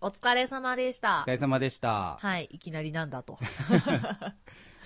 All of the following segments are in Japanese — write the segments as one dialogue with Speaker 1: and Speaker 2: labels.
Speaker 1: お疲れ様でした
Speaker 2: お疲。れ様でした。
Speaker 1: はい、いきなりなんだと。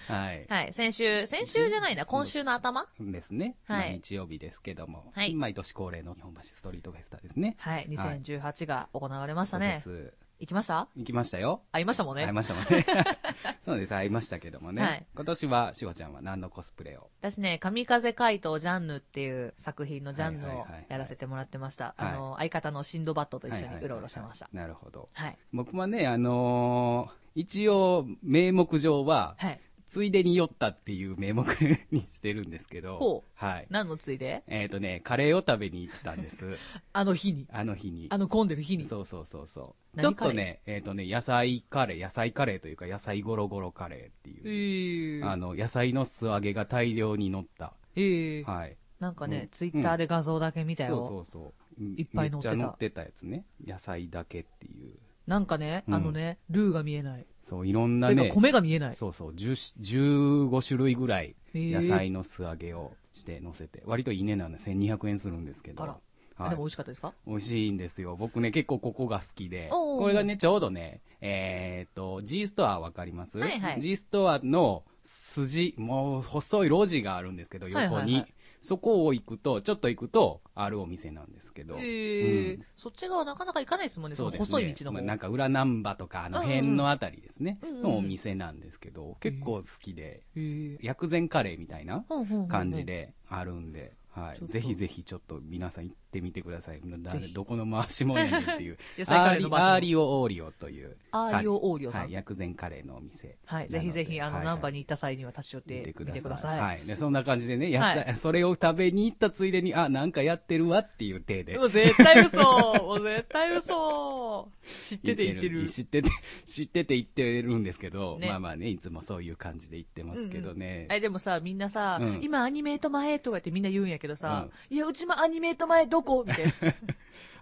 Speaker 2: はい。
Speaker 1: はい、先週、先週じゃないな、今週の頭
Speaker 2: ですね。
Speaker 1: はい
Speaker 2: まあ日曜日ですけども、
Speaker 1: はい
Speaker 2: 毎年恒例の日本橋ストリートフェスタですね。
Speaker 1: はい、
Speaker 2: はい
Speaker 1: 2018が行われました
Speaker 2: そうで
Speaker 1: ね。
Speaker 2: す。
Speaker 1: 行きました
Speaker 2: 行きましたよ。
Speaker 1: あ、いましたもん
Speaker 2: 会い
Speaker 1: ね。
Speaker 2: ましたもんね。 そうです、会いましたけどもね。
Speaker 1: はい
Speaker 2: 今年は、しほちゃんは何のコスプレを
Speaker 1: 私ね、神風怪盗ジャンヌっていう作品のジャンヌ
Speaker 2: はいは
Speaker 1: を
Speaker 2: いはいはい
Speaker 1: やらせてもらってました。
Speaker 2: はい
Speaker 1: あの、相方のシンドバッドと一緒
Speaker 2: はいはいは
Speaker 1: に
Speaker 2: いはいう
Speaker 1: ろうろしてました。
Speaker 2: なるほど。
Speaker 1: はい。
Speaker 2: 僕はね、あのー一応、名目上は、
Speaker 1: はい。
Speaker 2: ついでに酔ったっていう名目にしてるんですけど、
Speaker 1: ほう
Speaker 2: はい。
Speaker 1: 何のついで
Speaker 2: えっ、とね、カレーを食べに行ったんです。
Speaker 1: あの日に。
Speaker 2: あの日に。
Speaker 1: あの混んでる日に。
Speaker 2: そうそうそうそう。ち
Speaker 1: 何
Speaker 2: ょっとね、えっ、とね、野菜カレー、野菜カレーというか、野菜ゴロゴロカレーって
Speaker 1: え
Speaker 2: いう、
Speaker 1: ー、
Speaker 2: あの、野菜の素揚げが大量に乗った。
Speaker 1: えー
Speaker 2: はい。
Speaker 1: なんか
Speaker 2: う
Speaker 1: ね
Speaker 2: ん、
Speaker 1: ツイッターで画像だけ見たよ。
Speaker 2: そうそうそう。
Speaker 1: いっぱい乗ってた
Speaker 2: めっちゃ乗ってたやつね。野菜だけっていう。
Speaker 1: なんかね、
Speaker 2: うん
Speaker 1: あのね、ルーが見えない。
Speaker 2: そう、いろんな
Speaker 1: という
Speaker 2: ね
Speaker 1: か、米が見えない。
Speaker 2: そうそう、10 15種類ぐらい、
Speaker 1: へー
Speaker 2: 野菜の素揚げをして乗せて、割といいねなんで1200円するんですけど。
Speaker 1: あら
Speaker 2: はい
Speaker 1: でも美味しかったですか
Speaker 2: 美味しいんですよ。僕ね、結構ここが好きで。
Speaker 1: おー
Speaker 2: これがね、ちょうどね、えーっと、G ストアわかります、
Speaker 1: はいはい
Speaker 2: ?G ストアの筋、もう細い路地があるんですけど、横
Speaker 1: は
Speaker 2: に。
Speaker 1: いはいはい
Speaker 2: そこを行くと、ちょっと行くと、あるお店なんですけど。
Speaker 1: ええ
Speaker 2: うん
Speaker 1: そっち側なかなか行かないですもんね、そ
Speaker 2: そう
Speaker 1: の
Speaker 2: ですね。
Speaker 1: 細い道の
Speaker 2: ま
Speaker 1: 方。
Speaker 2: あなんか裏難波とか、あの辺のあたりですね、
Speaker 1: うんうんうん
Speaker 2: のお店なんですけど、結構好きで、
Speaker 1: えー
Speaker 2: 薬膳カレーみたいな
Speaker 1: ほんほんほんほん
Speaker 2: 感じ。であるんで、は
Speaker 1: ちょっと
Speaker 2: い、ぜひぜひちょっと皆さん行ってみてください。だ
Speaker 1: ぜひ
Speaker 2: どこの回しもやねんっていう
Speaker 1: 野。菜
Speaker 2: ア
Speaker 1: カ
Speaker 2: ー
Speaker 1: レー
Speaker 2: リ
Speaker 1: のバージョン
Speaker 2: アーリオオーリオという。
Speaker 1: アーリオオーリオさん
Speaker 2: はい、薬膳カレーのお店。
Speaker 1: はい、
Speaker 2: な
Speaker 1: ぜ
Speaker 2: ので
Speaker 1: ひぜひ、あの、
Speaker 2: はい
Speaker 1: ナンバに行った際には立ち寄って
Speaker 2: 見
Speaker 1: みて
Speaker 2: て
Speaker 1: くだ
Speaker 2: くだ
Speaker 1: さい。
Speaker 2: さい。はい。で、そんな感じでね、やった
Speaker 1: は
Speaker 2: それを食べに行ったついでに、あ、なんかやってるわっていう体で
Speaker 1: も。う絶対嘘もう絶対嘘知ってて言ってる。
Speaker 2: 知って て、知ってて言ってるんですけど、
Speaker 1: ね
Speaker 2: まあまあね、いつもそういう感じで言ってますけどね。
Speaker 1: え、でもさ、みんなさ、
Speaker 2: うん
Speaker 1: 今アニメート前とかってみんな言うんやけどさ、いや、うちもアニメート前どこみたいな。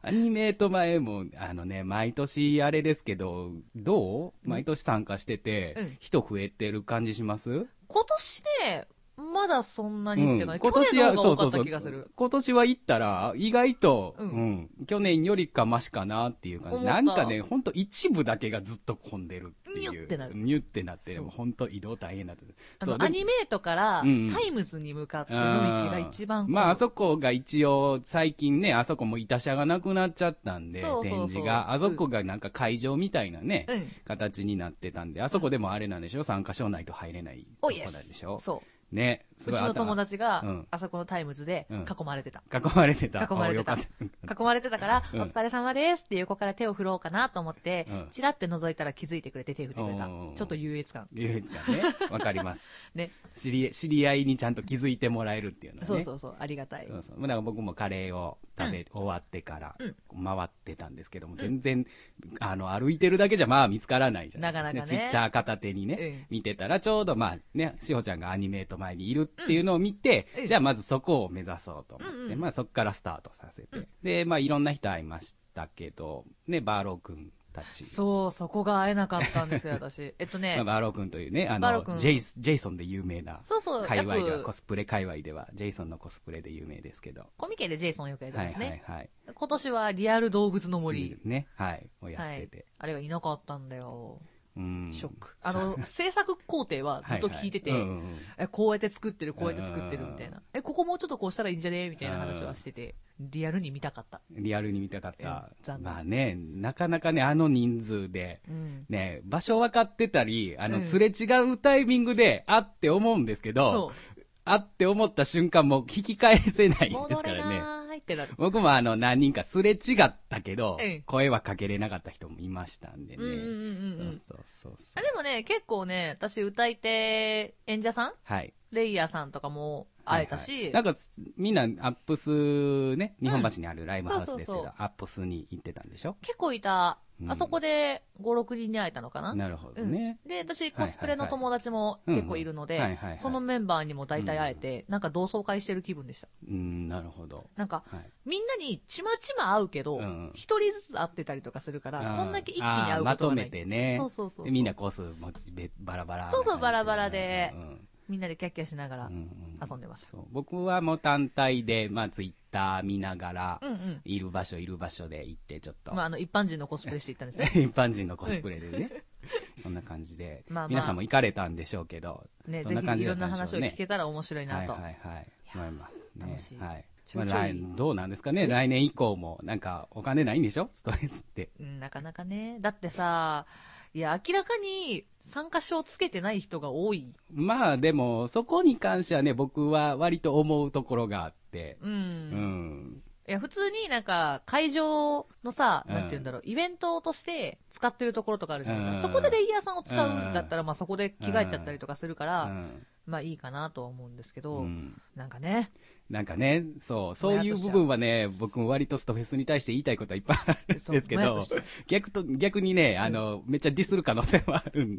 Speaker 2: アニメート前も、あのね、毎年あれですけど、どう毎年参加してて、
Speaker 1: うん
Speaker 2: 人増えてる感じします
Speaker 1: 今年ね、まだそんなに行ってない。
Speaker 2: うん
Speaker 1: 今年の方が多かった気がする。
Speaker 2: 今年は行ったら、意外と、
Speaker 1: う
Speaker 2: うんん、去年よりかマシかなっていう感じ。
Speaker 1: 思っ
Speaker 2: な
Speaker 1: た
Speaker 2: んかね、ほんと一部だけがずっと混んでるってい
Speaker 1: ニ
Speaker 2: う。
Speaker 1: ュってなる
Speaker 2: ニュってなって、
Speaker 1: そう
Speaker 2: もうほんと移動大変だった。
Speaker 1: あ
Speaker 2: そう
Speaker 1: の、アニメートから、
Speaker 2: うんうん
Speaker 1: タイムズに向かっての
Speaker 2: あ
Speaker 1: 道が一番
Speaker 2: まあ、あそこが一応、最近ね、あそこも板車がなくなっちゃったんで、
Speaker 1: そうそうそう
Speaker 2: 展示が。あそこがなんか会場みたいなね、
Speaker 1: うん
Speaker 2: 形になってたんで、あそこでもあれなんでしょ参加賞ないと入れない
Speaker 1: お
Speaker 2: とこ
Speaker 1: い
Speaker 2: なんでしょ
Speaker 1: そう
Speaker 2: ね、
Speaker 1: う。うちの友達が、
Speaker 2: うん
Speaker 1: あそこのタイムズで
Speaker 2: うん
Speaker 1: 囲まれてた。
Speaker 2: 朝囲まれてた。
Speaker 1: 囲まれてた
Speaker 2: あよかっ
Speaker 1: 囲まれてたから、
Speaker 2: うん
Speaker 1: お疲れ様ですって横から手を振ろうかなと思って、
Speaker 2: うん
Speaker 1: チラって覗いたら気づいてくれて手振ってくれた
Speaker 2: おー。
Speaker 1: ちょっと優越感。
Speaker 2: 優越感ね。わかります。
Speaker 1: ね。
Speaker 2: 知り、知り合いにちゃんと気づいてもらえるっていうのはね。
Speaker 1: そうそうそう、ありがたい。
Speaker 2: そうそう。だから僕もカレーを食べ、終わってから
Speaker 1: うん、
Speaker 2: 回ってたんですけども、全然、あの、歩いてるだけじゃまあ見つからないじゃないですか。
Speaker 1: なかなかね
Speaker 2: ツイッター片手にね、見てたら、ちょうどまあね、しほちゃんがアニメート前にいるっていうのを見て、
Speaker 1: うん
Speaker 2: じゃあまずそこを目指そうと思って、
Speaker 1: うんうん
Speaker 2: まあそこからスタートさせて、で、まあいろんな人会いましたけど、ね、バーロー君たち。
Speaker 1: そう、そこが会えなかったんですよ、 私。えっと
Speaker 2: まあ
Speaker 1: ね、
Speaker 2: バーロー君というね、あ
Speaker 1: バーロー
Speaker 2: の、
Speaker 1: 君
Speaker 2: ジェイスジェイソンで有名な、
Speaker 1: そうそう、
Speaker 2: 界隈では、
Speaker 1: よ
Speaker 2: コ
Speaker 1: く、
Speaker 2: スプレ界隈では、ジェイソンのコスプレで有名ですけど。
Speaker 1: コミケでジェイソンよくやって
Speaker 2: は
Speaker 1: ま
Speaker 2: い
Speaker 1: す
Speaker 2: は
Speaker 1: ね。
Speaker 2: いはい。
Speaker 1: 今年はリアル動物の森。
Speaker 2: ね。はい。を
Speaker 1: は
Speaker 2: やって
Speaker 1: い
Speaker 2: て。。
Speaker 1: あれがいなかったんだよ。
Speaker 2: うん。
Speaker 1: ショック。あの、制作工程はずっと聞いてて、
Speaker 2: はいはいうんうんうん
Speaker 1: え、こうやって作ってる、こうやって作ってるみたいな。え、ここもうちょっとこうしたらいいんじゃねみたいな話はしてて、リアルに見たかった。
Speaker 2: リアルに見たかっ
Speaker 1: え
Speaker 2: た
Speaker 1: え残。念
Speaker 2: まあね、なかなかね、あの人数で、
Speaker 1: うん。
Speaker 2: ね、場所分かってたり、あ
Speaker 1: うん
Speaker 2: の、すれ違うタイミングで、あって思うんですけ
Speaker 1: そ
Speaker 2: ど、あって思った瞬間もう引き返せな
Speaker 1: う。
Speaker 2: いです
Speaker 1: 戻
Speaker 2: か
Speaker 1: れ
Speaker 2: らね。
Speaker 1: なーいってなる。
Speaker 2: 僕もあの、何人かすれ違ったけど
Speaker 1: ええ、
Speaker 2: 声はかけれなかった人もいましたんで
Speaker 1: うんうんうん
Speaker 2: ね。
Speaker 1: うんうん。
Speaker 2: そうそうそうそ
Speaker 1: あ
Speaker 2: う。
Speaker 1: でもね、結構ね、私歌い手演者さん
Speaker 2: はい。
Speaker 1: レイヤーさんとかも会えた
Speaker 2: はいはい
Speaker 1: し、
Speaker 2: なんか、みんな、アップスね、日本橋にあるライブハウスですけ
Speaker 1: そうそう
Speaker 2: ど
Speaker 1: そう、
Speaker 2: アップスに行ってたんでしょ
Speaker 1: 結構いた
Speaker 2: う。ん
Speaker 1: あそこで5、6人に会えたのかな
Speaker 2: なるほど
Speaker 1: うん
Speaker 2: ね。
Speaker 1: で、私、コスプレの友達も結構いるの
Speaker 2: はいは
Speaker 1: で
Speaker 2: いはいはいは、い
Speaker 1: そのメンバーにも大体会えて、なんか同窓会してる気分でした。
Speaker 2: うん、なるほど。
Speaker 1: なんか、
Speaker 2: はい。
Speaker 1: みんなにちまちま会うけど
Speaker 2: うん、
Speaker 1: 一人ずつ会ってたりとかするから、こんだけ一気に会う
Speaker 2: あーま
Speaker 1: こと
Speaker 2: と
Speaker 1: がな
Speaker 2: め
Speaker 1: い。
Speaker 2: てね。
Speaker 1: そうそうそうそう
Speaker 2: でみんなコースもちべバラバラな感じ。
Speaker 1: そうそうバラバラで
Speaker 2: うんうん
Speaker 1: みんなでキャッキャしながら
Speaker 2: うんうん
Speaker 1: 遊んでました。
Speaker 2: そう僕はもう単体で、まあ、ツイッター見ながら、
Speaker 1: うんうん。
Speaker 2: いる場所いる場所で行って、ちょっと、
Speaker 1: まあ、あの、一般人のコスプレしていったんですね。
Speaker 2: 一般人のコスプレでね、そんな感じで、
Speaker 1: まあまあ
Speaker 2: 皆さんも行かれたんでしょうけど、
Speaker 1: ね、
Speaker 2: どん
Speaker 1: ぜ
Speaker 2: な感
Speaker 1: ひ
Speaker 2: じ
Speaker 1: い
Speaker 2: だ
Speaker 1: ろ
Speaker 2: っ
Speaker 1: ん
Speaker 2: た
Speaker 1: なん
Speaker 2: でし
Speaker 1: 話
Speaker 2: ょう
Speaker 1: を
Speaker 2: ね
Speaker 1: 聞けたら面白い
Speaker 2: は
Speaker 1: ないと
Speaker 2: は。いはい、思いますね。
Speaker 1: 楽しい
Speaker 2: はい。
Speaker 1: ち
Speaker 2: ま
Speaker 1: ょ
Speaker 2: あ、
Speaker 1: いちょい
Speaker 2: 来どうなんですかね来年以降も、なんか、お金ないんでしょストレスって。
Speaker 1: うんなかなかね。だってさ、いや、明らかに参加賞つけてない人が多い。
Speaker 2: まあ、でも、そこに関してはね、僕は割と思うところがあって、
Speaker 1: うん。
Speaker 2: うん。
Speaker 1: いや、普通になんか、会場のさ、
Speaker 2: うん
Speaker 1: なんて言うんだろう、イベントとして使ってるところとかあるじゃないですか。
Speaker 2: うん
Speaker 1: そこでレイヤーさんを使うんだったら、まあそこで着替えちゃったりとかするか
Speaker 2: う
Speaker 1: ら、
Speaker 2: ん
Speaker 1: まあいいかなとは思うんですけど、
Speaker 2: うん
Speaker 1: なんかね、
Speaker 2: なんかね、そう、そういう部分はね、僕も割とストフェスに対して言いたいことはいっぱいあるん
Speaker 1: そう
Speaker 2: ですけ
Speaker 1: ぼやっ
Speaker 2: ど
Speaker 1: としちゃう、
Speaker 2: 逆と、逆にね、あの、めっちゃディスる可能性もあるん
Speaker 1: う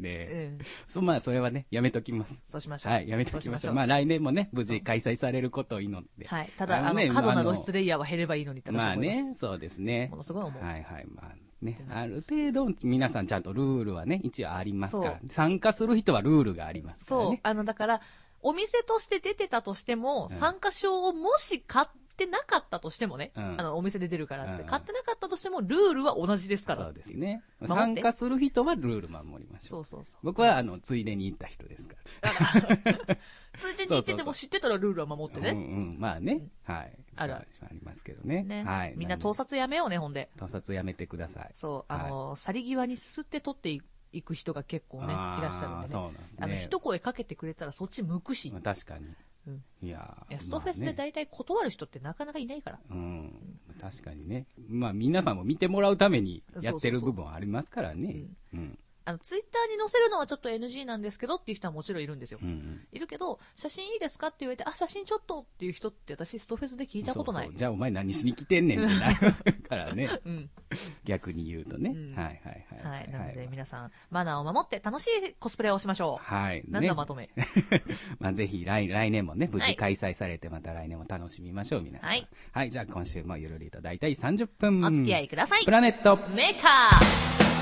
Speaker 1: ん、
Speaker 2: で、そまあ、それはね、やめときます。
Speaker 1: そうしましょう。
Speaker 2: はい、やめときましょう。まあ、来年もね、無事開催されることを祈って。
Speaker 1: はい。ただ、
Speaker 2: あ
Speaker 1: あ
Speaker 2: の
Speaker 1: の、
Speaker 2: ね
Speaker 1: 過度
Speaker 2: あ
Speaker 1: な
Speaker 2: の
Speaker 1: 露出レイヤーは減ればいいのにって私
Speaker 2: ま
Speaker 1: は
Speaker 2: あ
Speaker 1: 思います。
Speaker 2: ね、そうですね
Speaker 1: も。のすごい思う。
Speaker 2: はいはい、まあね
Speaker 1: で、も
Speaker 2: ある程度、皆さんちゃんとルールはね、一応ありますから
Speaker 1: そ、
Speaker 2: 参加する人はルールがありますから
Speaker 1: そう
Speaker 2: ね。。
Speaker 1: あの、だから、お店として出てたとしても、
Speaker 2: うん
Speaker 1: 参加賞をもし買ってなかったとしてもね、
Speaker 2: うん
Speaker 1: あの、お店で出るからって、
Speaker 2: うん
Speaker 1: 買ってなかったとしても、ルールは同じですから。
Speaker 2: そうですね。
Speaker 1: 守っ
Speaker 2: 参
Speaker 1: て
Speaker 2: 加する人はルール守りましょ。
Speaker 1: そううそうそう。
Speaker 2: 僕は、あの、ついでに行った人ですから。
Speaker 1: ついでに言ってても知ってたらルールは守って
Speaker 2: うん
Speaker 1: ね。
Speaker 2: うん、まあね。はい。
Speaker 1: あるある
Speaker 2: そうありますけどね。
Speaker 1: ね。
Speaker 2: はい。
Speaker 1: みんな盗撮やめようね、ほんで。
Speaker 2: 盗撮やめてください。
Speaker 1: そう、あの、去り際にすって取っていいく人が結構ね、い
Speaker 2: あー
Speaker 1: らっしゃるんでね。
Speaker 2: そうなんですね。
Speaker 1: あの、一声かけてくれたらそっち向くし。
Speaker 2: まあ確かに
Speaker 1: うん。
Speaker 2: いやー
Speaker 1: いやストフェスで
Speaker 2: まあね
Speaker 1: 大体断る人ってなかなかいないから。
Speaker 2: うん。確かにね。まあ、皆さんも見てもらうためにやってる
Speaker 1: そうそうそう
Speaker 2: 部分はありますからね。うん。
Speaker 1: あの、ツイッターに載せるのはちょっと NG なんですけどっていう人はもちろんいるんですよ。
Speaker 2: うんうん。
Speaker 1: いるけど、写真いいですかって言われて、あ、写真ちょっとっていう人って私ストフェスで聞いたことない。
Speaker 2: そううそうじゃあお前何しに来てんねんってなるか らね。
Speaker 1: ん。
Speaker 2: 逆に言うとね。
Speaker 1: うん
Speaker 2: はいはいはい。
Speaker 1: はい。なので皆さん、マナーを守って楽しいコスプレをしましょう。
Speaker 2: はい。
Speaker 1: なんだまとめ。
Speaker 2: まあ、ぜひ来来年もね、無
Speaker 1: は
Speaker 2: 事
Speaker 1: い
Speaker 2: 開催されて、また来年も楽しみましょう、皆さん。は
Speaker 1: はいい。
Speaker 2: じゃあ今週もゆるりと大体30分。
Speaker 1: お付き合いください
Speaker 2: プ。ラネット。
Speaker 1: メーカー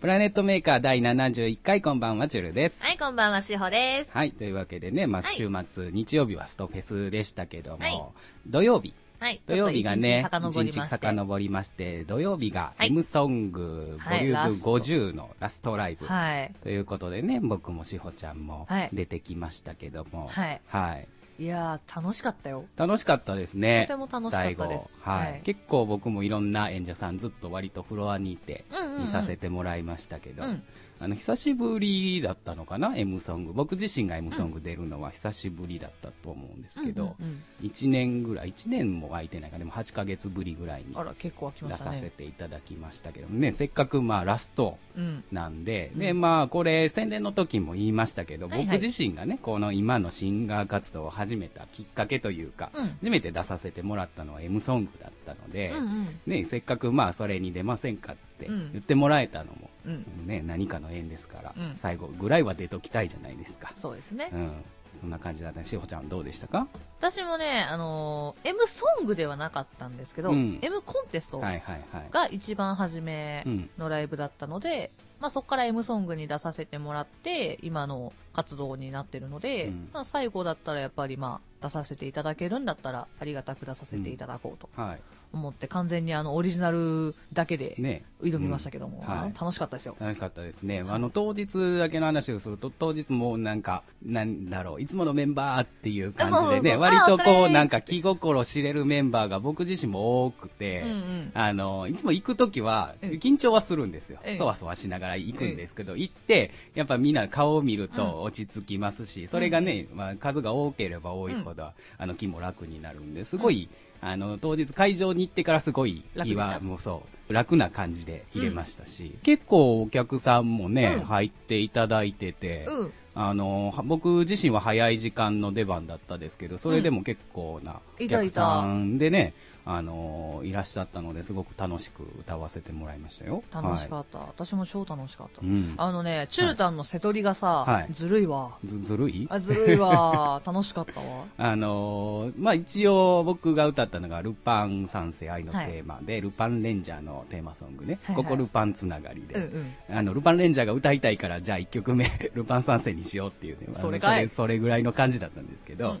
Speaker 2: プラネットメーカー第71回、こんばんは、ちゅるです。
Speaker 1: はい、こんばんは、しほです。
Speaker 2: はい。というわけでね、まあ、
Speaker 1: はい
Speaker 2: 週末、日曜日はストフェスでしたけども、
Speaker 1: はい
Speaker 2: 土曜日、
Speaker 1: はい。
Speaker 2: 土曜日がね、
Speaker 1: ちょっと一日
Speaker 2: 一日
Speaker 1: 遡りまして。
Speaker 2: 遡りまして、土曜日が
Speaker 1: はい
Speaker 2: M ソング、
Speaker 1: はい
Speaker 2: ボリュー
Speaker 1: ラ
Speaker 2: ム
Speaker 1: スト
Speaker 2: 50のラストライブ。
Speaker 1: はい。
Speaker 2: ということでね、僕もしほちゃんも
Speaker 1: はい
Speaker 2: 出てきましたけども、
Speaker 1: はい
Speaker 2: はい。
Speaker 1: いやー、楽しかったよ。
Speaker 2: 楽しかったですね。
Speaker 1: とても楽しかったです
Speaker 2: 最後はい。
Speaker 1: はい
Speaker 2: 結構僕もいろんな演者さんずっと割とフロアにいて
Speaker 1: うんうんうん
Speaker 2: 見させてもらいましたけど、
Speaker 1: うん
Speaker 2: あの、久しぶりだったのかな ?M ソング。僕自身が M ソング出るのは久しぶりだったと思うんですけど、
Speaker 1: うんうんうん
Speaker 2: 1年ぐらい、1年も空いてないかでも8ヶ月ぶりぐらいに
Speaker 1: あら、結構飽きま
Speaker 2: 出
Speaker 1: した
Speaker 2: させ
Speaker 1: ね。
Speaker 2: ていただきましたけどね、せっかくまあラスト、
Speaker 1: うん。
Speaker 2: なんで、で、まあ、これ、宣伝の時も言いましたけど、
Speaker 1: はいはい
Speaker 2: 僕自身がね、この今のシンガー活動を始めたきっかけというか、
Speaker 1: うん
Speaker 2: 初めて出させてもらったのは M ソングだったので、
Speaker 1: うんうん。
Speaker 2: ね、せっかくまあ、それに出ませんかって
Speaker 1: うん
Speaker 2: 言ってもらえたのも、
Speaker 1: うん。
Speaker 2: ね、何かの縁ですから、
Speaker 1: うん
Speaker 2: 最後ぐらいは出ときたいじゃないですか。
Speaker 1: そうですね
Speaker 2: う。ん。そんな感じだったね。しほちゃんどうでしたか
Speaker 1: 私もね、あのー M ソングではなかったんですけど、
Speaker 2: うん
Speaker 1: M コンテスト
Speaker 2: はいはいはい。
Speaker 1: が一番初め
Speaker 2: うん。
Speaker 1: のライブだったので、まあ、そこから M ソングに出させてもらって、今の活動になってるので、
Speaker 2: うん
Speaker 1: まあ、最後だったらやっぱりまあ、出させていただけるんだったら、ありがたく出させていただこうと
Speaker 2: は
Speaker 1: 思って、完全にあの、オリジナルだけで
Speaker 2: い。ね。
Speaker 1: 挑みましたけども、
Speaker 2: うんはい
Speaker 1: あの楽しかったですよ。
Speaker 2: 楽しかったですね。あの、当日だけの話をすると、当日もうなんか、なんだろう、いつものメンバーっていう感じでね、
Speaker 1: そうそうそう
Speaker 2: 割と
Speaker 1: あお
Speaker 2: こ
Speaker 1: 疲
Speaker 2: う、
Speaker 1: れ
Speaker 2: なんか気心知れるメンバーが僕自身も多くて、
Speaker 1: うんうん。
Speaker 2: あの、いつも行くときは、
Speaker 1: うん
Speaker 2: 緊張はするんですよ
Speaker 1: う。ん
Speaker 2: そわそわしながら行くんですけど、行って、やっぱみんな顔を見ると落ち着きますし、それがね、まあ、数が多ければ多いほど、あの、気も楽になるんで、すごい、あの、当日会場に行ってからすごい気
Speaker 1: 楽で
Speaker 2: は、
Speaker 1: した
Speaker 2: もうそう、楽な感じで入れましたし、結構お客さんもね、
Speaker 1: うん
Speaker 2: 入っていただいてて、
Speaker 1: うん。
Speaker 2: あの、は僕自身は早い時間の出番だったですけど、それでも結構な
Speaker 1: いた
Speaker 2: お
Speaker 1: いた
Speaker 2: 客さんでね、あのーいらっしゃったのですごく楽しく歌わせてもらいましたよ。
Speaker 1: 楽しか
Speaker 2: っ
Speaker 1: った、私も超楽しかった
Speaker 2: は。い、うん
Speaker 1: あのね、チュルタンの瀬戸りがさ、
Speaker 2: はい
Speaker 1: ずるいわ。
Speaker 2: ずずるい
Speaker 1: あずるい わ。楽しかったわ。
Speaker 2: あのーまあ、一応僕が歌ったのが「ルパン三世愛」のテーマで、ルパンレンジャー」のテーマソングね、
Speaker 1: はいはい
Speaker 2: ここルパンつながりで、
Speaker 1: うんうん。
Speaker 2: あのルパンレンジャーが歌いたいからじゃあ1曲目 「ルパン三世」にしようっていう、ね、あの
Speaker 1: それかい
Speaker 2: それそれぐらいの感じだったんですけ
Speaker 1: うん
Speaker 2: ど、
Speaker 1: うん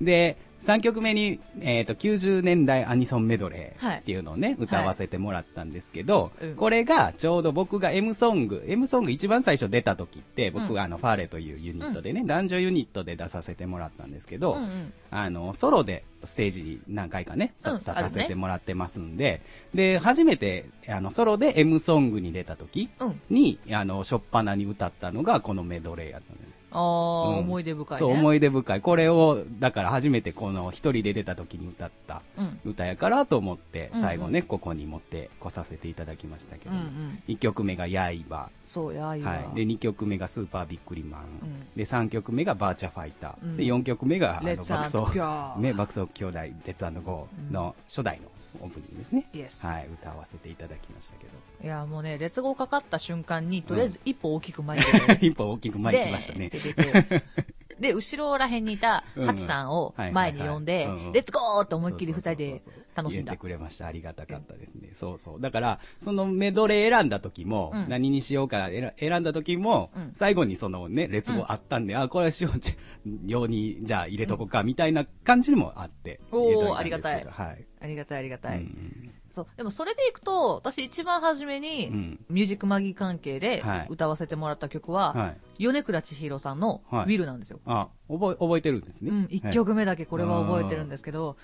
Speaker 2: で3曲目に、えー、と90年代アニソンメドレ
Speaker 1: はい
Speaker 2: ーっていうのをね、歌わせてもらったんですけど、
Speaker 1: うん
Speaker 2: これがちょうど僕が M ソング M ソング一番最初出た時って僕、
Speaker 1: うん
Speaker 2: あのファーレというユニットでね、男女ユニットで出させてもらったんですけど、
Speaker 1: うんうん
Speaker 2: あのソロでステージに何回かねさ
Speaker 1: うん
Speaker 2: 立
Speaker 1: あ
Speaker 2: た
Speaker 1: るね
Speaker 2: せてもらってますんで、で初めてあのソロで M ソングに出た時
Speaker 1: うん。
Speaker 2: にあの初っ端に歌ったのがこのメドレーやったんです
Speaker 1: ああ、
Speaker 2: うん
Speaker 1: 思い出深いね。
Speaker 2: そう、思い出深い。これを、だから初めてこの一人で出た時に歌った
Speaker 1: うん。
Speaker 2: 歌やからと思って、
Speaker 1: うんうん
Speaker 2: 最後ね、ここに持ってこさせていただきましたけ
Speaker 1: う
Speaker 2: ど、
Speaker 1: んうん。
Speaker 2: 1曲目が刃、
Speaker 1: そうや、いいわ。
Speaker 2: はい。で、2曲目がスーパービックリマン。
Speaker 1: うん
Speaker 2: で、3曲目がバーチャファイター。
Speaker 1: うん
Speaker 2: で、4曲目が、あ
Speaker 1: レ
Speaker 2: の、
Speaker 1: ッ
Speaker 2: 爆
Speaker 1: ツアン
Speaker 2: 走
Speaker 1: ド。ギャー。
Speaker 2: ね、爆走兄弟、レッツゴーの初代のオープニングですね。
Speaker 1: イエス。
Speaker 2: はい、歌わせていただきましたけど。
Speaker 1: いや、もうね、列号かかった瞬間に、とりあえず一歩大きく前に出て、
Speaker 2: 一歩大きく 前に来ましたね。
Speaker 1: で出て で、後ろらへんにいた、ハツさんを前に呼んで
Speaker 2: うんはいはいはいうんう、ん
Speaker 1: レッツゴーって思いっきり二人で楽しん
Speaker 2: 言っ
Speaker 1: だ
Speaker 2: て。くれました。ありがたかったですね。そうそう。だから、そのメドレー選んだ時も、
Speaker 1: うん
Speaker 2: 何にしようか選選んだ時も、
Speaker 1: うん
Speaker 2: 最後にそのね、列語あったんで、あ、これはしおんちゃん用に、じゃあ入れとこうか、みたいな感じにもあって。
Speaker 1: おー
Speaker 2: 入れとたんですけど
Speaker 1: ありがたい
Speaker 2: はい。
Speaker 1: ありがたいありがた
Speaker 2: う
Speaker 1: い。
Speaker 2: ん
Speaker 1: そう。でもそれでいくと、私一番初め
Speaker 2: う
Speaker 1: に、
Speaker 2: ん。
Speaker 1: ミュージックマギー関係で
Speaker 2: はい
Speaker 1: 歌わせてもらった曲は、
Speaker 2: はい。
Speaker 1: 米倉千尋さんのウ
Speaker 2: はい
Speaker 1: ィルなんですよ。
Speaker 2: あ、覚え、覚えてるんですね。
Speaker 1: うん、一
Speaker 2: はい。
Speaker 1: 曲目だけこれは覚えてるんですけど、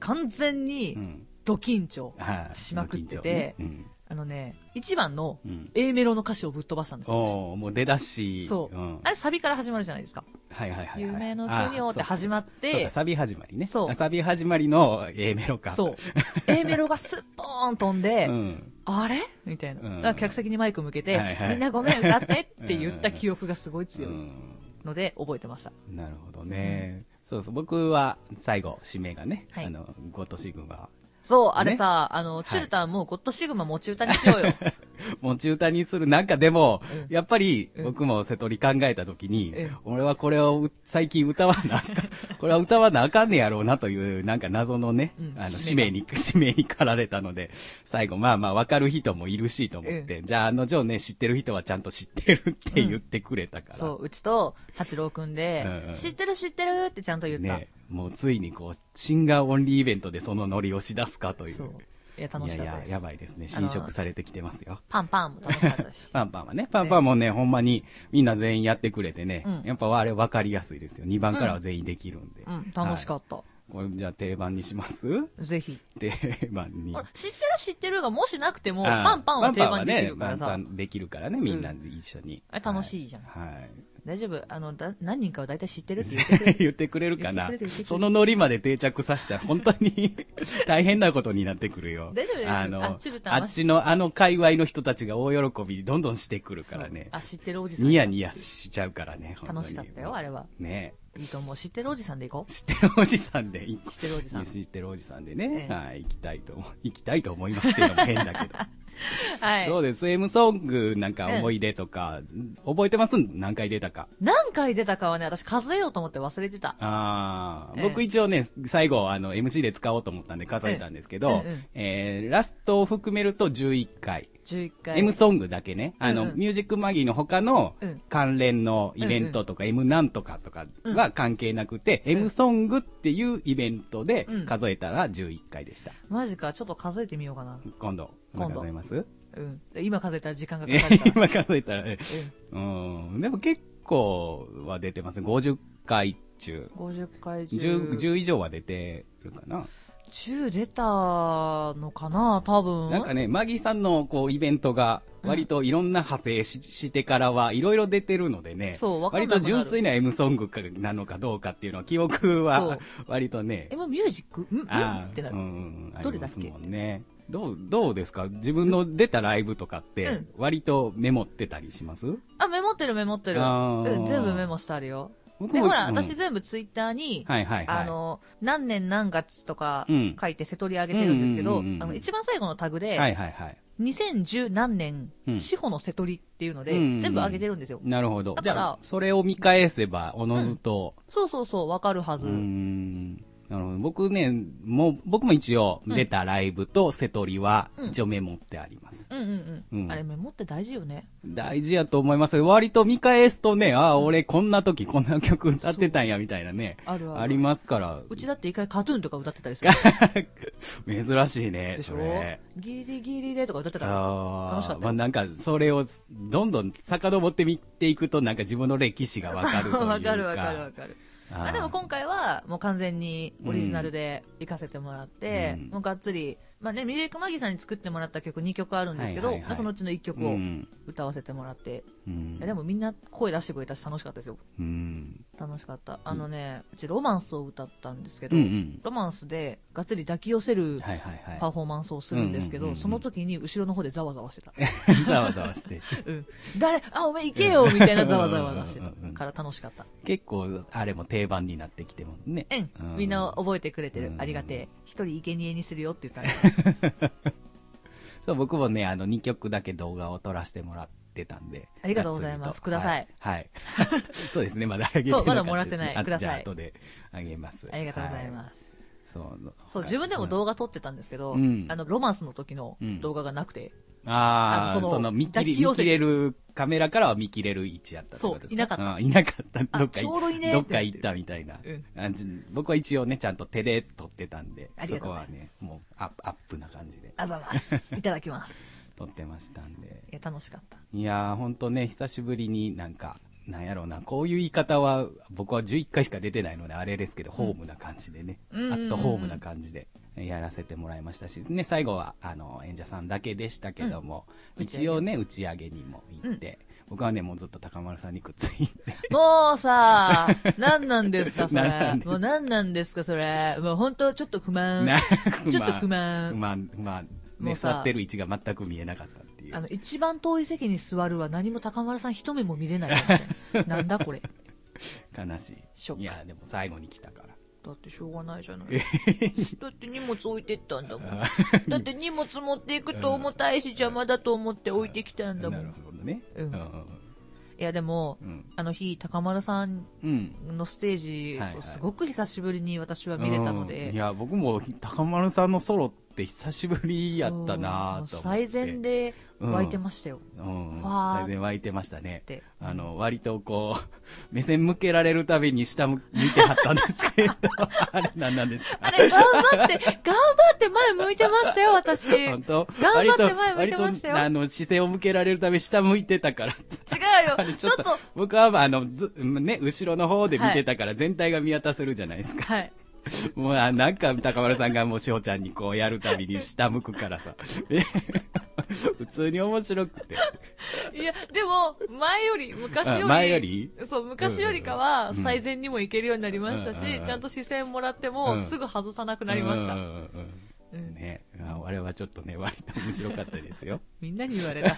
Speaker 1: 完全
Speaker 2: う
Speaker 1: に
Speaker 2: ん。
Speaker 1: ド緊張。
Speaker 2: はい。
Speaker 1: しまくってて
Speaker 2: 緊張ね
Speaker 1: あのね、一番の
Speaker 2: うん。うん。
Speaker 1: A メロの歌詞をぶっ飛ばしたんですよ。
Speaker 2: おーもう出だし。
Speaker 1: そう
Speaker 2: うん
Speaker 1: あれサビから始まるじゃないですか。
Speaker 2: はいはいはいはい。
Speaker 1: 夢の国をって始まっ
Speaker 2: そう
Speaker 1: て
Speaker 2: か、サビ始まりね。
Speaker 1: そう
Speaker 2: あサビ始まりの A メロか。
Speaker 1: そう。A メロがすっぽーん飛ん
Speaker 2: う
Speaker 1: で、
Speaker 2: ん。
Speaker 1: あれみたいな。
Speaker 2: うん
Speaker 1: だから客席にマイク向けて、
Speaker 2: はいはい
Speaker 1: みんなごめん、歌ってって言った記憶がすごい強
Speaker 2: う
Speaker 1: い
Speaker 2: ん
Speaker 1: ので、覚えてました。
Speaker 2: なるほどね。そうそう。僕は最後、締めがね、
Speaker 1: はい
Speaker 2: あの、ゴトシグマ。
Speaker 1: そう、あれさ、あの、チュルタンもうゴッドシグマ持ち歌にしようよ。
Speaker 2: 持ち歌にするなんかでも、
Speaker 1: うん
Speaker 2: やっぱり
Speaker 1: うん
Speaker 2: 僕も瀬戸り考えた時に、
Speaker 1: うん
Speaker 2: 俺はこれをう最近歌わなあ かん、これは歌わなあかんねやろうなという、なんか謎のね、
Speaker 1: うん
Speaker 2: あの、
Speaker 1: 使
Speaker 2: 使
Speaker 1: 命
Speaker 2: 命に、使命に駆られたので、最後まあまあわかる人もいるしと思って、じゃああの定ね、知ってる人はちゃんと知ってるって言ってくれたか ら。
Speaker 1: そう、うちと八郎くんで、
Speaker 2: うんうん
Speaker 1: 知ってる知ってるってちゃんと言った。
Speaker 2: ね、もうついにこう、シンガーオンリーイベントでそのノリをし出すかという。
Speaker 1: そう。いや、楽しかったです。
Speaker 2: いやいや、やばいですね。
Speaker 1: あの
Speaker 2: 侵食されてきてますよ。
Speaker 1: パンパンも楽しかった し。
Speaker 2: パンパンはね、パンパンもね、ほんまにみんな全員やってくれてね、
Speaker 1: うん
Speaker 2: やっぱあれ分かりやすいですよ。2番からは全員できるんで。
Speaker 1: うん、楽しかった。
Speaker 2: これじゃあ定番にします
Speaker 1: ぜひ。
Speaker 2: 定番に
Speaker 1: ほ。ら知ってる知ってるが、もしなくても、
Speaker 2: あー
Speaker 1: パンパンは定番にできる
Speaker 2: パ
Speaker 1: か
Speaker 2: ンパンは
Speaker 1: らさ。
Speaker 2: ねパンパンできるからね、みんなで一緒に。
Speaker 1: あれ楽しいじゃん
Speaker 2: はい。はい
Speaker 1: 大丈夫。あの、だ何人かは大体知ってるっ て言ってくれる。
Speaker 2: 言ってくれるかな
Speaker 1: 言ってくれる言ってくれる
Speaker 2: そのノリまで定着させたら本当に 大変なことになってくるよ。
Speaker 1: 大丈夫です
Speaker 2: あの、
Speaker 1: あ
Speaker 2: あ
Speaker 1: チルタンは
Speaker 2: っちのあの界隈の人たちが大喜びどんどんしてくるからね。
Speaker 1: あ、知ってるおじさん。
Speaker 2: ニヤニヤしちゃうからね、本当に
Speaker 1: 楽しかったよ、あれは。
Speaker 2: ね
Speaker 1: いいと思う。知ってるおじさんで行こ。
Speaker 2: 知ってるおじさんで、いう
Speaker 1: 知ってるおじさん。
Speaker 2: 知ってるおじさんでね、
Speaker 1: ええ
Speaker 2: はい、行きたいと思う、行きたいと思いますっていうのも変だ けど。
Speaker 1: はい
Speaker 2: ど。うです ?M ソングなんか思い出とか、覚えてます何回出たか。
Speaker 1: 何回出たかはね、私数えようと思って忘れてた。
Speaker 2: ああ、
Speaker 1: ええ
Speaker 2: 僕一応ね、最後、あの、MC で使おうと思ったんで数えたんですけど、
Speaker 1: ええうんうん
Speaker 2: えーラストを含めると11回。
Speaker 1: 11回。
Speaker 2: M ソングだけね、あの、
Speaker 1: うんうん
Speaker 2: ミュージックマギーの他の
Speaker 1: うん
Speaker 2: 関連のイベントとか、M なんとかとかは関係なくて、
Speaker 1: ん
Speaker 2: M ソングっていうイベントで
Speaker 1: うん
Speaker 2: 数えたら11回でした。
Speaker 1: マジか、ちょっと数えてみようかな。
Speaker 2: 今度、
Speaker 1: 今度
Speaker 2: 今度数えます
Speaker 1: うん。で今数えたら時間がかかる から。
Speaker 2: 今数えたらね、
Speaker 1: う
Speaker 2: うん、でも結構は出てますね。50回中。
Speaker 1: ん。50回中。
Speaker 2: 10, 10以上は出てるかな。
Speaker 1: 10出たのかな多分。
Speaker 2: なんかね、マギーさんのこうイベントが、割といろんな派生し,、してからはいろいろ出てるのでね、
Speaker 1: そうわかんな
Speaker 2: 割
Speaker 1: くなる
Speaker 2: と純粋な M ソングかなのかどうかっていうのは、記憶
Speaker 1: そ
Speaker 2: は
Speaker 1: う
Speaker 2: 割とね、
Speaker 1: え、もうミュージックんん
Speaker 2: あ
Speaker 1: っ
Speaker 2: あ
Speaker 1: てな
Speaker 2: う
Speaker 1: る。
Speaker 2: んうん
Speaker 1: どれだっけ
Speaker 2: ありますもんね。どう、どうですか自分の出たライブとかっ
Speaker 1: う
Speaker 2: て
Speaker 1: ん、
Speaker 2: 割とメモってたりします、
Speaker 1: あ、メモってるメモってる。
Speaker 2: あー
Speaker 1: うん、全部メモしてあるよ。
Speaker 2: 僕
Speaker 1: で、ほら、
Speaker 2: うん
Speaker 1: 私全部ツイッターに、
Speaker 2: はいはいはい。
Speaker 1: あの、何年何月とか
Speaker 2: うん
Speaker 1: 書いて瀬取り上げてるんですけど、
Speaker 2: うんうんうんうん
Speaker 1: あの、一番最後のタグで、
Speaker 2: はいはいはい。
Speaker 1: 2010何年、
Speaker 2: うん
Speaker 1: 志保の瀬取りっていうので、
Speaker 2: うんうんうん
Speaker 1: 全部上げてるんですよ。
Speaker 2: なるほど。
Speaker 1: だ
Speaker 2: じ
Speaker 1: から
Speaker 2: ゃあ、それを見返せば、おのずと、
Speaker 1: そうそうそう、わかるはず。
Speaker 2: うーんなるほど。僕ね、もう、僕も一応、
Speaker 1: ん
Speaker 2: 出たライブと瀬戸りは
Speaker 1: う、ん
Speaker 2: 一応メモってあります。
Speaker 1: うんうんうん。
Speaker 2: うん
Speaker 1: あれメモって大事よね。
Speaker 2: 大事やと思います。割と見返すとね、ああ、俺こんな時こんな曲歌ってたんや、みたいなね、
Speaker 1: あるある。
Speaker 2: ありますから、
Speaker 1: うちだって一回カトゥーンとか歌ってたりする。
Speaker 2: 珍しいね、
Speaker 1: でし
Speaker 2: そ
Speaker 1: ょ
Speaker 2: れ。
Speaker 1: ギリギリでとか歌ってたら。
Speaker 2: あ
Speaker 1: 楽しか
Speaker 2: あ
Speaker 1: っ、たよ
Speaker 2: まあなんか、それを、どんどん遡って見ていくと、なんか自分の歴史がわかるというか。
Speaker 1: わかるわかるわかる。
Speaker 2: あー
Speaker 1: あでも今回はもう完全にオリジナルで行かせてもらって、
Speaker 2: うん
Speaker 1: もうがっつり、まあね、ミュージックマギーさんに作ってもらった曲2曲あるんですけど、
Speaker 2: はいはいはい
Speaker 1: そのうちの1曲
Speaker 2: う
Speaker 1: を
Speaker 2: ん。
Speaker 1: 歌わせてもらって、
Speaker 2: うん
Speaker 1: いやでもみんな声出してくれたし楽しかったですよ。
Speaker 2: うん。
Speaker 1: 楽しかった。あのね、うちロマンスを歌ったんですけ
Speaker 2: う
Speaker 1: ど、
Speaker 2: んうん。
Speaker 1: ロマンスでがっつり抱き寄せる
Speaker 2: はいはい
Speaker 1: パ
Speaker 2: は
Speaker 1: フォーマンスをするんですけ
Speaker 2: うんう
Speaker 1: ど、
Speaker 2: んうんうん
Speaker 1: その時に後ろの方でざわざわ してた。
Speaker 2: い。ざわざわして。
Speaker 1: うん誰あ、お前行けよみたいなざわざわがして
Speaker 2: うん
Speaker 1: た
Speaker 2: うんうんうん
Speaker 1: から楽しかった。
Speaker 2: 結構、あれも定番になってきてますね。
Speaker 1: う
Speaker 2: うん
Speaker 1: ん、みんな覚えてくれてる
Speaker 2: う。ん
Speaker 1: ありがてえ。一人生贄にするよって言ったら。
Speaker 2: そう、僕もね、あの、2曲だけ動画を撮らせてもらってたんで。
Speaker 1: ありがとうございます
Speaker 2: がっつりと
Speaker 1: ください。
Speaker 2: はい。 はい、そうですね、まだあげてなか
Speaker 1: そ
Speaker 2: ったです、ね。
Speaker 1: うまだもらってない
Speaker 2: あ
Speaker 1: ください
Speaker 2: じゃあ、後であげます。
Speaker 1: ありがとうござい
Speaker 2: は
Speaker 1: ます。
Speaker 2: そう。
Speaker 1: そう、自分でも動画撮ってたんですけど、
Speaker 2: うん
Speaker 1: あの、ロマンスの時の動画がなくて、
Speaker 2: 画。ああ、
Speaker 1: あ
Speaker 2: そ
Speaker 1: のそ
Speaker 2: の
Speaker 1: の
Speaker 2: 見切
Speaker 1: 抱
Speaker 2: り、
Speaker 1: き
Speaker 2: 見
Speaker 1: 寄せ
Speaker 2: 切れる、カメラからは見切れる位置やったってことです
Speaker 1: そういなかった
Speaker 2: うんいなかった。
Speaker 1: あ
Speaker 2: どっかい
Speaker 1: ちょうどいいねってな
Speaker 2: どっ
Speaker 1: ってる
Speaker 2: か行ったみたいな。
Speaker 1: うん
Speaker 2: あじ僕は一応ね、ちゃんと手で撮ってたんで、
Speaker 1: あり
Speaker 2: そ
Speaker 1: がと
Speaker 2: こ
Speaker 1: うござい
Speaker 2: は
Speaker 1: ます
Speaker 2: ね、もうアップアップな感じで
Speaker 1: あざます。 いただきます。
Speaker 2: 撮ってましたんで。
Speaker 1: いや、楽しかった。
Speaker 2: いやー、ほんとね、久しぶりになんか、なんやろうな、こういう言い方は、僕は11回しか出てないので、あれですけど、ホームな感じでね、
Speaker 1: うん
Speaker 2: アットホームな感じでやらせてもらいましたし、ね、最後は、あの、演者さんだけでしたけども、
Speaker 1: うん
Speaker 2: 一応ね、打ち上げにも行って、僕はね、もうずっと高丸さんにくっついて、
Speaker 1: もうさ、何なんですか、それ
Speaker 2: 何なんで。す
Speaker 1: もう何なんですか、それ。もう本当ちょっと不 満。
Speaker 2: な
Speaker 1: ちょっと不満
Speaker 2: 不満、不満、
Speaker 1: も
Speaker 2: ね、
Speaker 1: うさ
Speaker 2: 座ってる位置が全く見えなかったっていう。
Speaker 1: あの、一番遠い席に座るは何も高丸さん一目も見れないみたい な。なんだこれ。
Speaker 2: 悲し
Speaker 1: ショッ
Speaker 2: い。
Speaker 1: ク
Speaker 2: いや、でも最後に来たから。
Speaker 1: だってしょうがないじゃない。だって荷物置いてったんだ もん。だって荷物持っていくと重たいし邪魔だと思って置いてきたんだも。
Speaker 2: な
Speaker 1: い
Speaker 2: んるほどね。
Speaker 1: うん
Speaker 2: うん
Speaker 1: やでも、
Speaker 2: うん。
Speaker 1: あの日、高丸さん
Speaker 2: うん。
Speaker 1: のステージ
Speaker 2: はいはい
Speaker 1: をすごく久しぶりに私は見れたので、
Speaker 2: うんいや僕も高丸さんのソロって久しぶりやっ
Speaker 1: もう
Speaker 2: たなと思って
Speaker 1: 最善、で湧いてましたよ。
Speaker 2: うん、
Speaker 1: わー
Speaker 2: 最善湧いてましたね
Speaker 1: って
Speaker 2: あの割とこう 目線向けられるたびに下向いてはったんですけど あれ何なんですか
Speaker 1: あれ、頑張って、頑張って前向いてましたよ、私。違う
Speaker 2: 本当
Speaker 1: 頑張って
Speaker 2: 割と
Speaker 1: 前向いてましたよ
Speaker 2: 割とあの視線を向けられるたび下向いてたから
Speaker 1: よ、ちょっと、
Speaker 2: 僕はまああのずね後ろの方で見てたから全体が見渡せるじゃないですか、
Speaker 1: はい。
Speaker 2: もうあなんか高丸さんがもうしほちゃんにこうやるたびに下向くからさ。 え普通に面白くて。
Speaker 1: いや、でも、前より、昔より、
Speaker 2: あ前より
Speaker 1: そう、昔よりか
Speaker 2: う
Speaker 1: は、
Speaker 2: ん
Speaker 1: 最善にも行けるようになりましたし、
Speaker 2: うん
Speaker 1: ちゃんと視線もらって
Speaker 2: う
Speaker 1: も、
Speaker 2: ん
Speaker 1: すぐ外さなくなりまし
Speaker 2: うんう
Speaker 1: た。
Speaker 2: んうん
Speaker 1: う
Speaker 2: うん
Speaker 1: ん
Speaker 2: ね、ああれはちょっとね、割と面白かったですよ。
Speaker 1: みんなに言われ た。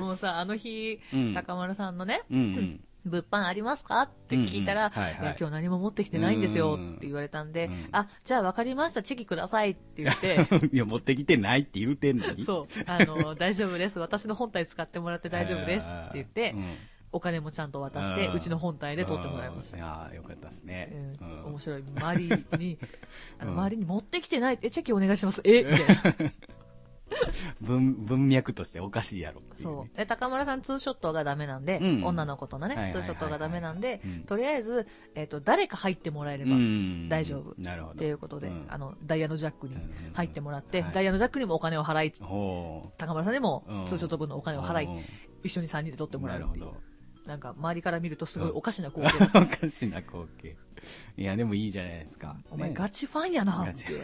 Speaker 1: もうさ、あの日、
Speaker 2: うん
Speaker 1: 高丸さんのね、
Speaker 2: うんうん。
Speaker 1: 物販ありますかって聞いた
Speaker 2: うん
Speaker 1: ら、
Speaker 2: うんはいはい
Speaker 1: いや今日何も持ってきてないんですよって言われたんで、
Speaker 2: うん
Speaker 1: あ、じゃあ分かりました、チェキくださいって言 って、
Speaker 2: いや、持ってきてないって言うてんのに。
Speaker 1: そう、あの、大丈夫です。私の本体使ってもらって大丈夫ですって言って
Speaker 2: う、ん
Speaker 1: お金もちゃんと渡して、
Speaker 2: うん
Speaker 1: うちの本体で取ってもらいました
Speaker 2: うん。いやーよかったですね。
Speaker 1: う
Speaker 2: うん
Speaker 1: ん、面白い。周り に、あの
Speaker 2: うん
Speaker 1: 周りに持ってきてない。え、チェキお願いします。えみたいな。
Speaker 2: 文文脈としておかしいやろっていうね、
Speaker 1: そう。え、高村さんツーショットがダメなんで、
Speaker 2: うん
Speaker 1: 女の子とのね、
Speaker 2: はいはいはい
Speaker 1: ツ
Speaker 2: は
Speaker 1: ー
Speaker 2: い
Speaker 1: ショットがダメなんで、
Speaker 2: うん
Speaker 1: とりあえず、えっ、と、誰か入ってもらえれば、
Speaker 2: ん
Speaker 1: 大丈夫
Speaker 2: なるほ
Speaker 1: っ
Speaker 2: ど。
Speaker 1: ていうことで、
Speaker 2: ん
Speaker 1: あの、ダイヤのジャックに入ってもらって、
Speaker 2: うんうんうん
Speaker 1: ダイヤのジャックにもお金を払い、
Speaker 2: ほう
Speaker 1: 高村さんにも
Speaker 2: うん
Speaker 1: ツーショット分のお金を払い、
Speaker 2: うん
Speaker 1: 一緒に3人で撮ってもら
Speaker 2: な
Speaker 1: う
Speaker 2: る
Speaker 1: っ
Speaker 2: ほ
Speaker 1: ていう
Speaker 2: ど。。
Speaker 1: なんか、周りから見るとすごいおかしな光景、
Speaker 2: おかしな光景。いや、でもいいじゃないですか。
Speaker 1: お前
Speaker 2: ね
Speaker 1: ガチファンやな
Speaker 2: ガ。チ
Speaker 1: いや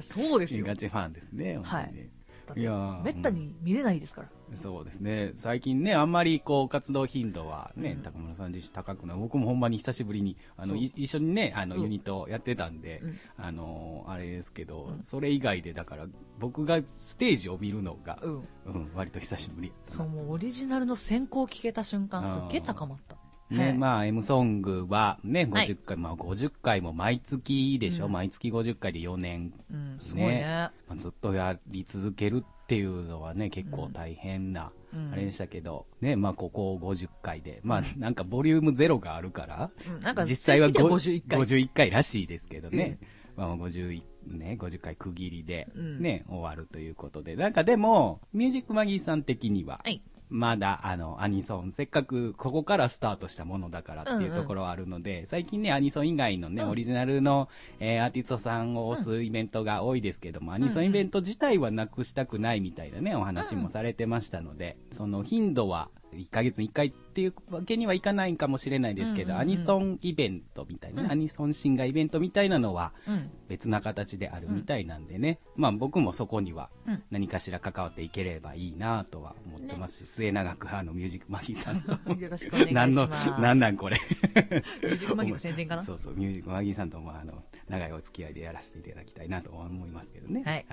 Speaker 1: そうですよ。
Speaker 2: ガチファンですね、
Speaker 1: はい
Speaker 2: 本当にね
Speaker 1: だって
Speaker 2: いやー
Speaker 1: めったに見れないですから。
Speaker 2: そうですね。最近ね、あんまりこう、活動頻度はね、
Speaker 1: うん
Speaker 2: 高村さん自身高くない。僕もほんまに久しぶりに、あ
Speaker 1: そ
Speaker 2: の、
Speaker 1: う
Speaker 2: い一緒にね、あの、
Speaker 1: うん
Speaker 2: ユニットやってたんで、
Speaker 1: うん
Speaker 2: あの、あれですけど、
Speaker 1: うん
Speaker 2: それ以外で、だから、僕がステージを見るのが、
Speaker 1: うん。
Speaker 2: うん、割と久しぶりやった
Speaker 1: そ
Speaker 2: な
Speaker 1: う、もうオリジナルの先行聞けた瞬間、すっげえ高まった。
Speaker 2: ね、
Speaker 1: はい
Speaker 2: まあ、M ソングはね、
Speaker 1: はい
Speaker 2: 50回、まあ50回も毎月でしょ、毎月50回で4年、
Speaker 1: うん、すごいね。
Speaker 2: まあずっとやり続けるっていうのはね、結構大変な、
Speaker 1: うん
Speaker 2: あれでしたけど、ね、まあここ50回で、まあなんかボリュームゼロがあるから、
Speaker 1: うんなんか
Speaker 2: 実際は
Speaker 1: 正式に
Speaker 2: ご
Speaker 1: 51回
Speaker 2: 51回らしいですけどね。まあ、51ね、50回区切りで、
Speaker 1: うん
Speaker 2: ね、終わるということで。なんかでも、ミュージックマギーさん的には、
Speaker 1: はい。
Speaker 2: まだ、あの、アニソン、せっかくここからスタートしたものだからっていうところはあるので、最近ね、アニソン以外のね、
Speaker 1: うん
Speaker 2: オリジナルの、えーアーティストさんを推すイベントが多いですけども、アニソンイベント自体はなくしたくないみたいなね、お話もされてましたので、その頻度は、1ヶ月に1回っていうわけにはいかないかもしれないですけ
Speaker 1: うん
Speaker 2: ど、
Speaker 1: うんうん
Speaker 2: アニソンイベントみたいな、
Speaker 1: うん
Speaker 2: アニソンシンガーイベントみたいなのは、
Speaker 1: うん。
Speaker 2: 別な形であるみたいなんでね、まあ僕もそこには
Speaker 1: うん
Speaker 2: 何かしら関わっていければいいなとは思ってますし、末永くあのミュージックマギーさんと
Speaker 1: よろしくお願いします。
Speaker 2: 何の何なんこれ
Speaker 1: ミュージックマギーの宣伝かな
Speaker 2: そうそうミュージックマギーさんともあの長いお付き合いでやらせていただきたいなと思いますけどね
Speaker 1: はい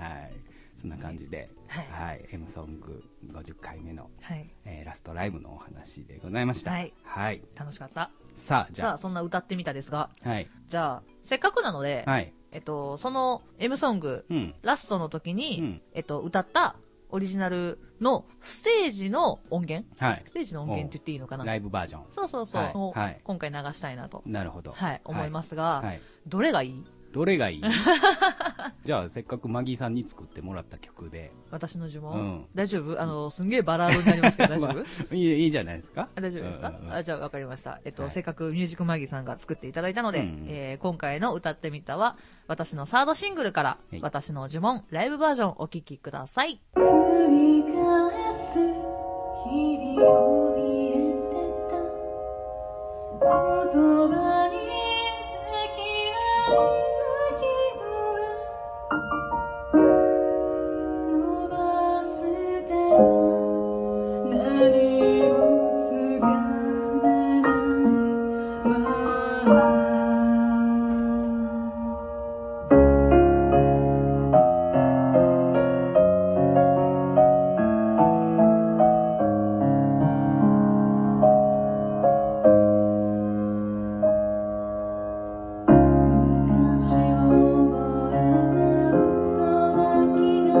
Speaker 2: そんな感じで、
Speaker 1: はい
Speaker 2: はい、M ソング50回目の、
Speaker 1: はい。
Speaker 2: えーラストライブのお話でございました
Speaker 1: はい、
Speaker 2: はい
Speaker 1: 楽しかった。
Speaker 2: さあじ
Speaker 1: さ
Speaker 2: ゃ
Speaker 1: あ、そんな歌ってみたですが、
Speaker 2: あはい
Speaker 1: じゃあ、せっかくなので、
Speaker 2: はい
Speaker 1: えっと、その M ソング、
Speaker 2: うん
Speaker 1: ラストの時に、
Speaker 2: うん
Speaker 1: えっと、歌ったオリジナルのステージの音源
Speaker 2: はい
Speaker 1: ステージの音源って言っていいのか
Speaker 2: ラ
Speaker 1: な
Speaker 2: イブバージョン
Speaker 1: そうそうそう。
Speaker 2: はい
Speaker 1: を
Speaker 2: はい
Speaker 1: 今回流したいなと、
Speaker 2: なるほど
Speaker 1: はい、思いますすが、
Speaker 2: はい
Speaker 1: どれがいい
Speaker 2: どれがいい じゃあせっかくマギーさんに作ってもらった曲で
Speaker 1: 私の呪文、
Speaker 2: うん
Speaker 1: 大丈夫あの、すんげえバラードになりますけ ど、大丈夫、
Speaker 2: いいいいじゃないですか
Speaker 1: あ大丈夫ですか、
Speaker 2: うんうんうん
Speaker 1: あじゃあ分かりました。えっと、
Speaker 2: はい
Speaker 1: せっかくミュージックマギーさんが作っていただいたので、
Speaker 2: うんうん
Speaker 1: えー今回の歌ってみたは、私のサードシングルから、
Speaker 2: い
Speaker 1: 私の呪文、ライブバージョンお聴きください。
Speaker 3: 繰り返す日々怯えてた言葉にできない泣き声伸ばしては何もつかめないまま昔を覚えた嘘泣きが今は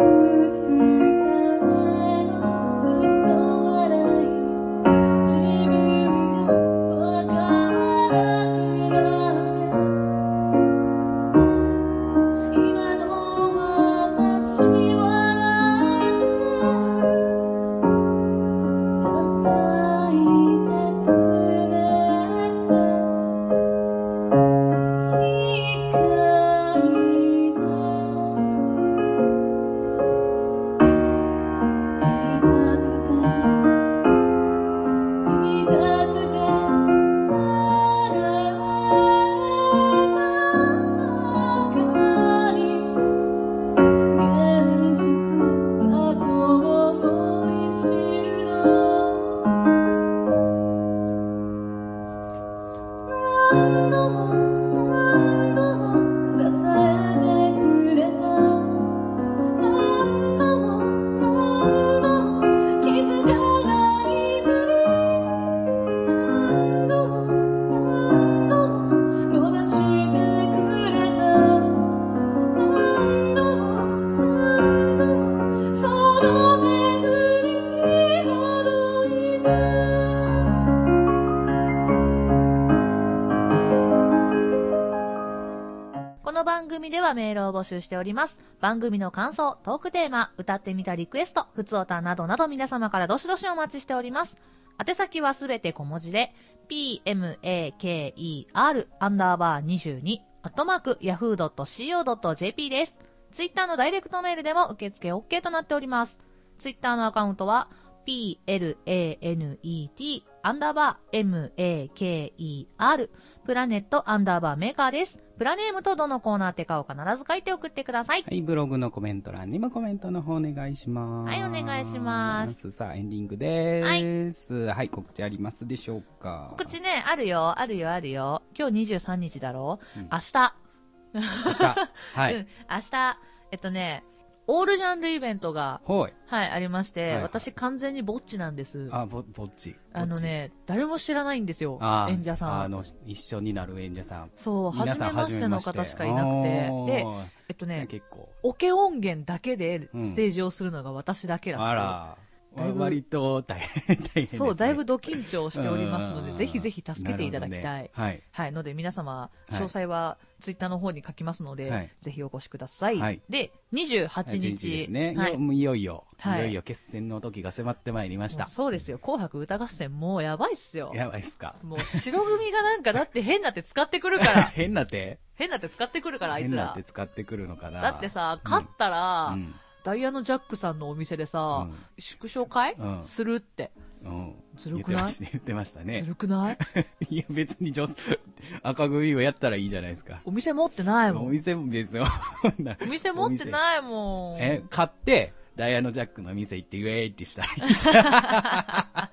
Speaker 3: 隠すための嘘笑い自分がわからなくなって今の私は泣いてる「叩いてつねって」「ひっかいて」「痛くて痛くて笑えた中に」現実過去を思い知るの何度も何度も支えてくれた何度も何度も気づかないふり何度も何度も伸ばしてくれた何度も何度もその手振り驚いた
Speaker 1: この番組ではメールを募集しております。番組の感想、トークテーマ、歌ってみたリクエスト、ふつおたなどなど皆様からどしどしお待ちしております。宛先はすべて小文字で、pmaker アンダーバー22、アットマーク、yahoo.co.jp です。ツイッターのダイレクトメールでも受付 OK となっております。ツイッターのアカウントは、planet アンダーバー maker プラネットアンダーバーメーカーです。プラネームとどのコーナーってかを必ず書いて送ってください。
Speaker 2: はいブログのコメント欄にもコメントの方お願いします
Speaker 1: はいお願いします
Speaker 2: さあエンディングですはい、告知ありますでしょうか
Speaker 1: 告知ね、あるよ、あるよ、あるよ。今日23日だろ、
Speaker 2: うん
Speaker 1: 明日、
Speaker 2: 明日は
Speaker 1: うん、
Speaker 2: い
Speaker 1: 明日、えっとね、オールジャンルイベントが、
Speaker 2: ほい。
Speaker 1: はい、ありまして、
Speaker 2: はいはい
Speaker 1: 私完全にぼっちなんです。あ
Speaker 2: あ、ぼ、ぼっち。
Speaker 1: のね、誰も知らないんですよ
Speaker 2: ぼっち、あー
Speaker 1: 演者さ
Speaker 2: あ
Speaker 1: ん。
Speaker 2: の、一緒になる演者さん。
Speaker 1: そう、
Speaker 2: 皆
Speaker 1: 初
Speaker 2: さ
Speaker 1: め
Speaker 2: ん
Speaker 1: ましての方しかいなく
Speaker 2: おー
Speaker 1: て。で、えっとね、
Speaker 2: 結構。
Speaker 1: オケ音源だけで
Speaker 2: うん
Speaker 1: ステージをするのが私だけらしく、
Speaker 2: あら。
Speaker 1: だいぶ
Speaker 2: 割と大変、大変 ですね
Speaker 1: そう、だいぶド緊張しておりますの
Speaker 2: う
Speaker 1: で、
Speaker 2: ん
Speaker 1: ぜひぜひ助けていただき
Speaker 2: な
Speaker 1: た
Speaker 2: る
Speaker 1: い。
Speaker 2: ほどね
Speaker 1: はい。ので、皆様、
Speaker 2: はい
Speaker 1: 詳細はツイッターの方に書きますので、
Speaker 2: はい
Speaker 1: ぜひお越しください。
Speaker 2: はい
Speaker 1: で、28
Speaker 2: はい。
Speaker 1: 日。
Speaker 2: 一日ですね。
Speaker 1: はい
Speaker 2: よもういよいよ、
Speaker 1: はい
Speaker 2: い、よいよ決戦の時が迫ってまいりまし
Speaker 1: も
Speaker 2: た
Speaker 1: う。そうですよ。紅白歌合戦、もうやばいっすよ。
Speaker 2: やばいっすか。
Speaker 1: もう白組がなんかだって変な手使ってくるから、
Speaker 2: 変な手
Speaker 1: 変な手使ってくるから、あい
Speaker 2: 変
Speaker 1: つ
Speaker 2: な
Speaker 1: ら
Speaker 2: 手。使ってくるのかな。
Speaker 1: だってさ、勝った
Speaker 2: う
Speaker 1: ら、
Speaker 2: ん、
Speaker 1: ダイヤのジャックさんのお店でさ、
Speaker 2: うん
Speaker 1: 祝勝会、
Speaker 2: うん
Speaker 1: するって。
Speaker 2: うん。うん。
Speaker 1: ずるくない
Speaker 2: 言ってました 言ってました
Speaker 1: ず
Speaker 2: ね。
Speaker 1: るくない
Speaker 2: いや、別に上手、赤組をやったらいいじゃないですか。
Speaker 1: お店持ってないも
Speaker 2: お
Speaker 1: ん。
Speaker 2: 店もです よ。
Speaker 1: お店持ってないもん。
Speaker 2: え、買って、ダイヤのジャックの店行って、ウェーイってしたらいいじ ゃ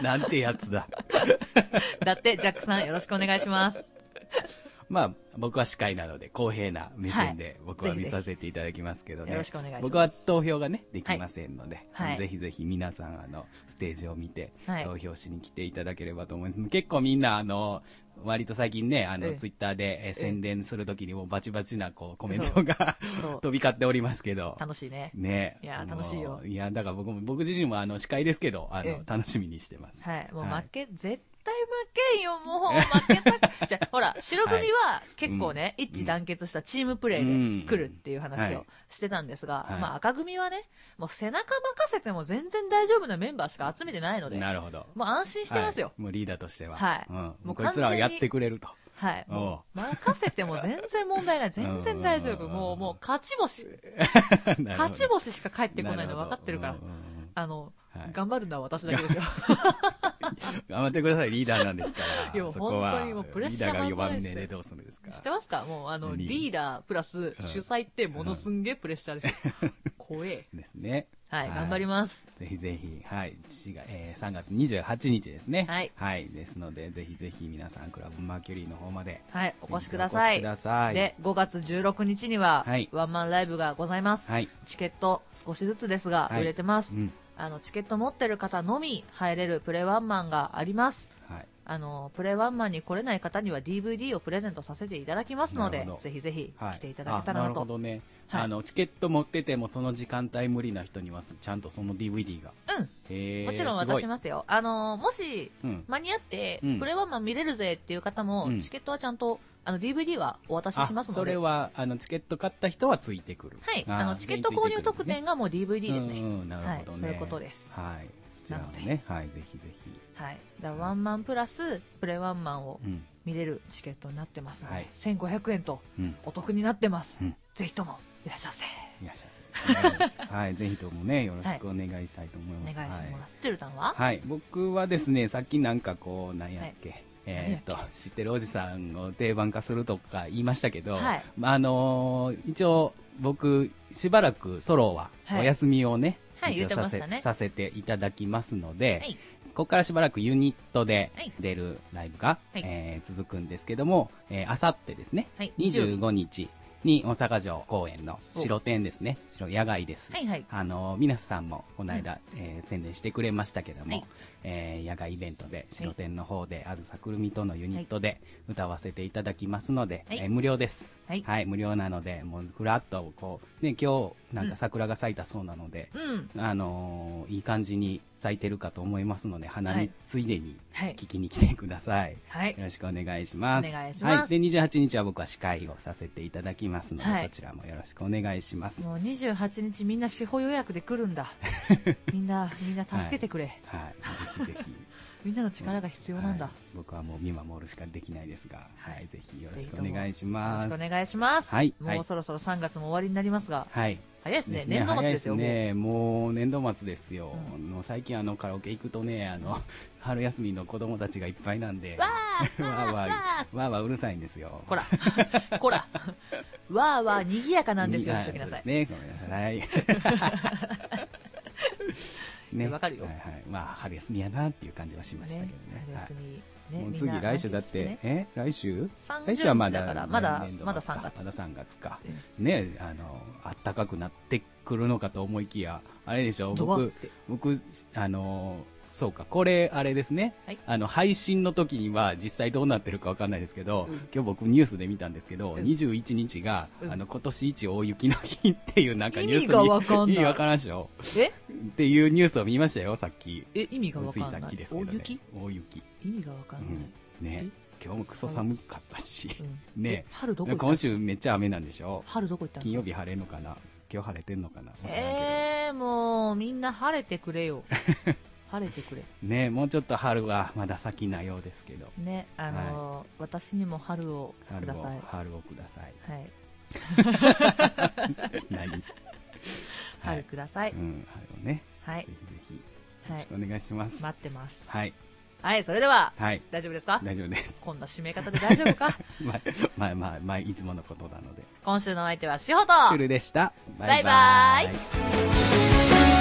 Speaker 2: ん。なんてやつだ。
Speaker 1: だって、ジャックさんよろしくお願いします。
Speaker 2: まあ、僕は司会なので、公平な目線で僕は
Speaker 1: ぜひ
Speaker 2: 見
Speaker 1: ぜひ
Speaker 2: させていただきますけどね。
Speaker 1: よろしくお願いします
Speaker 2: 僕は投票がね、できませんので、
Speaker 1: はいはい
Speaker 2: ぜひぜひ皆さん、あの、ステージを見て
Speaker 1: はい、
Speaker 2: 投票しに来ていただければと思います。結構みんな、あの、割と最近ね、あ
Speaker 1: う
Speaker 2: の、
Speaker 1: ん
Speaker 2: ツイッターでえー宣伝するときにもバチバチな、こう、コメン
Speaker 1: そ
Speaker 2: トが
Speaker 1: そう
Speaker 2: 飛び交っておりますけど。
Speaker 1: 楽しいね。
Speaker 2: ね
Speaker 1: いやー楽しいよ
Speaker 2: もういや、だから僕も、僕自身もあの、司会ですけど、あ
Speaker 1: え
Speaker 2: の、楽しみにしてます。
Speaker 1: はい。もう
Speaker 2: はい
Speaker 1: 負け、絶対負けんよ。もう負けた。じゃあほら、白組は結構ね、一致団結したチームプレーで来るっていう話
Speaker 2: う
Speaker 1: を
Speaker 2: ん
Speaker 1: してたんですが、
Speaker 2: はい
Speaker 1: まあ赤組はね、もう背中任せても全然大丈夫なメンバーしか集めてないので、
Speaker 2: なるほど。
Speaker 1: もう安心してますよ
Speaker 2: は。いもうリーダーとしては。
Speaker 1: はい
Speaker 2: うん。
Speaker 1: も
Speaker 2: も
Speaker 1: う
Speaker 2: う
Speaker 1: 完全
Speaker 2: こ
Speaker 1: に
Speaker 2: いつらはやってくれると。
Speaker 1: はい。
Speaker 2: おう
Speaker 1: もう任せても全然問題ない。全然大丈夫。
Speaker 2: うん
Speaker 1: もう、もう勝ち星、勝
Speaker 2: 勝
Speaker 1: ち星しか返ってこないの分かってるから。あの、
Speaker 2: はい
Speaker 1: 頑張るのは私だけですよ。
Speaker 2: 頑張ってください、リーダーなんですか
Speaker 1: いや
Speaker 2: ら。そこは
Speaker 1: 本当にもうプレッシャー
Speaker 2: リーダーが
Speaker 1: 半端
Speaker 2: 4番
Speaker 1: ない
Speaker 2: 目
Speaker 1: ですよ
Speaker 2: でどうするんですか
Speaker 1: 知ってますかもう、あの、
Speaker 2: 何
Speaker 1: リーダープラス主催ってものすんげえプレッシャーですよ。怖え。
Speaker 2: ですね。
Speaker 1: はい、頑張ります。
Speaker 2: ぜひぜひ、はい、4月えー3月28日ですね。
Speaker 1: はい
Speaker 2: ですので、ぜひぜひ皆さん、クラブマーキュリーの方まで。
Speaker 1: はい、お越しくださ
Speaker 2: お越
Speaker 1: い
Speaker 2: しく。ださい。
Speaker 1: で、5月16日には
Speaker 2: はい、
Speaker 1: ワンマンライブがございます。
Speaker 2: はい。
Speaker 1: チケット少しずつですが、
Speaker 2: はい
Speaker 1: 売れてます
Speaker 2: う。ん。
Speaker 1: あの、チケット持ってる方のみ入れるプレワンマンがあります。
Speaker 2: はい。
Speaker 1: あの、プレワンマンに来れない方には DVD をプレゼントさせていただきますの
Speaker 2: な
Speaker 1: で
Speaker 2: るほ、ど
Speaker 1: ぜひぜひ
Speaker 2: はい、
Speaker 1: 来ていただけた
Speaker 2: あ
Speaker 1: ら
Speaker 2: な
Speaker 1: な
Speaker 2: る
Speaker 1: と
Speaker 2: ほ。どね、
Speaker 1: はい
Speaker 2: あのチケット持っててもその時間帯無理な人にはすちゃんとその DVD が
Speaker 1: うん
Speaker 2: へー
Speaker 1: もちろん
Speaker 2: すごい
Speaker 1: 渡しますよ。あの、もし、
Speaker 2: うん
Speaker 1: 間に合って、
Speaker 2: うん
Speaker 1: プレワンマン見れるぜっていう方も、
Speaker 2: うん
Speaker 1: チケットはちゃんと、あの、DVD はお渡しします
Speaker 2: あそ
Speaker 1: ので。
Speaker 2: れ
Speaker 1: は、
Speaker 2: はあのチケット買った人はついてくる
Speaker 1: い。あの、チケット購入特典がもう DVD です
Speaker 2: ね
Speaker 1: ね。
Speaker 2: うんうんなる
Speaker 1: はい
Speaker 2: ほど、ね
Speaker 1: そういうことです。は
Speaker 2: はいそちらもねはいぜひぜひ
Speaker 1: い。だからワンマンプラス、プレワンマンを
Speaker 2: うん
Speaker 1: 見れるチケットになってますので、
Speaker 2: はい
Speaker 1: 1500円と
Speaker 2: うん
Speaker 1: お得になってます。
Speaker 2: うん
Speaker 1: ぜひとも、いらっしゃいませ。
Speaker 2: いらっしゃいませはいはいぜひともねよろしくお願いしたいと思
Speaker 1: お
Speaker 2: い
Speaker 1: 願
Speaker 2: ま
Speaker 1: い
Speaker 2: す
Speaker 1: します。
Speaker 2: はい
Speaker 1: チュルタンは
Speaker 2: はい、僕はですね、さっきなんかこう、なんやっけ、えーっ
Speaker 1: 何
Speaker 2: と、知ってるおじさんを定番化するとか言いましたけど、
Speaker 1: はい
Speaker 2: まああのー一応、僕、しばらくソロは
Speaker 1: はい
Speaker 2: お休みをね、
Speaker 1: はい
Speaker 2: 一
Speaker 1: 言っ
Speaker 2: 応
Speaker 1: て
Speaker 2: さ
Speaker 1: ま
Speaker 2: せ
Speaker 1: したね
Speaker 2: させていただきますので、
Speaker 1: はい
Speaker 2: ここからしばらくユニットで
Speaker 1: はい
Speaker 2: 出るライブが、
Speaker 1: はい
Speaker 2: えー続くんですけども、えーあさってですね、
Speaker 1: はい
Speaker 2: 25日に大阪城公園の白店ですね、白野外です。
Speaker 1: はいはい。
Speaker 2: あの皆さんもこの間、えー宣伝してくれましたけども、
Speaker 1: はい
Speaker 2: えー野外イベントで白天の方で、あずさくるみとのユニットで歌わせていただきますので、
Speaker 1: はい
Speaker 2: えー無料です、
Speaker 1: はい
Speaker 2: 無料なのでもうふらっとこうね今日なん
Speaker 1: うん
Speaker 2: か桜が咲いたそうなので、
Speaker 1: うん。
Speaker 2: あのーいい感じに咲いてるかと思いますので花
Speaker 1: はい
Speaker 2: 見ついでに
Speaker 1: はい。
Speaker 2: 聞きに来てください、
Speaker 1: はい。
Speaker 2: よろしくお願いします。
Speaker 1: お願いします
Speaker 2: はい。で、28日は僕は司会をさせていただきますので、
Speaker 1: はい
Speaker 2: そちらもよろしくお願いします。
Speaker 1: もう28日みんな司法予約で来るん だ。みんな、みんな助けてくれ。
Speaker 2: はい。ぜひぜひ。
Speaker 1: みんなの力が必要なんだ。
Speaker 2: はい僕はもう見守るしかできないですが、はい、
Speaker 1: はい
Speaker 2: ぜひよろしくお願いし
Speaker 1: よ
Speaker 2: ます。
Speaker 1: ろしくお願いします。
Speaker 2: はい
Speaker 1: もうそろそろ3月も終わりになりますが、
Speaker 2: はい。
Speaker 1: 早いですね。年度末ですよ。
Speaker 2: 早いですね。もう年度末ですよ。
Speaker 1: う
Speaker 2: もう最近あのカラオケ行くとね、あの、 春休みの子供たちがいっぱいなんで、
Speaker 1: わ
Speaker 2: ーわー
Speaker 1: わ
Speaker 2: わー、わーわーうるさいんですよ。
Speaker 1: こら、 こら、わーわー賑やかなんですよ、
Speaker 2: は
Speaker 1: しときなさ
Speaker 2: そう
Speaker 1: い
Speaker 2: です。ね。ごめんなさい。ね。
Speaker 1: わかるよ
Speaker 2: はいはい。まあ、春休みやなっていう感じはしましたけどね。はい
Speaker 1: 春休み、ね
Speaker 2: もう
Speaker 1: みん
Speaker 2: 次
Speaker 1: な
Speaker 2: 来週だって、
Speaker 1: なんて
Speaker 2: え来週
Speaker 1: 30
Speaker 2: 来週はまだ
Speaker 1: だからまだ
Speaker 2: 年度末
Speaker 1: まだ
Speaker 2: か
Speaker 1: 3月
Speaker 2: まだ3月か
Speaker 1: 言うんです
Speaker 2: ねあの暖かくなってくるのかと思いきやあれでしょ
Speaker 1: かねドワっ
Speaker 2: 僕
Speaker 1: て
Speaker 2: 僕あのそうかこれあれですね、
Speaker 1: はい
Speaker 2: あの配信の時には実際どうなってるかわかんないですけど、
Speaker 1: うん
Speaker 2: 今日僕ニュースで見たんですけど、
Speaker 1: うん
Speaker 2: 21日が、
Speaker 1: うん
Speaker 2: あの今年一大雪の日っていうなんかニュースに
Speaker 1: 意味がわかんない
Speaker 2: 意味わからんでしょ
Speaker 1: え
Speaker 2: っていうニュースを見ましたよさっき
Speaker 1: え意味がわ
Speaker 2: つ
Speaker 1: かん
Speaker 2: い
Speaker 1: ない
Speaker 2: さっきですけど、ね、
Speaker 1: 大雪
Speaker 2: 大雪
Speaker 1: 意味がわかんない、
Speaker 2: うん、ね今日もクソ寒かったし、
Speaker 1: うん
Speaker 2: ね
Speaker 1: え春どこ行った
Speaker 2: 今週めっちゃ雨なんでしょ
Speaker 1: 春どこ行ったん
Speaker 2: 金曜日晴れんのかな今日晴れてんのかなわからんけど
Speaker 1: えー、もうみんな晴れてくれ よ晴れてくれ
Speaker 2: ねもうちょっと春はまだ先なようですけど
Speaker 1: ねあのー私にも春をく
Speaker 2: 春
Speaker 1: だ
Speaker 2: を
Speaker 1: さい
Speaker 2: 春をください
Speaker 1: はい
Speaker 2: 何はい
Speaker 1: 春ください
Speaker 2: うん、春をね、
Speaker 1: はい
Speaker 2: ぜひぜひよ
Speaker 1: は
Speaker 2: ろ
Speaker 1: い
Speaker 2: しくお願いします、
Speaker 1: 待ってます
Speaker 2: はい
Speaker 1: はいそれでは
Speaker 2: はい
Speaker 1: 大丈夫ですか
Speaker 2: 大丈夫です
Speaker 1: こんな締め方で大丈夫 か
Speaker 2: まあまあまあ、まあ、いつものことなので
Speaker 1: 今週のお相手はしほと
Speaker 2: シュルでした
Speaker 1: バイバイ
Speaker 2: イ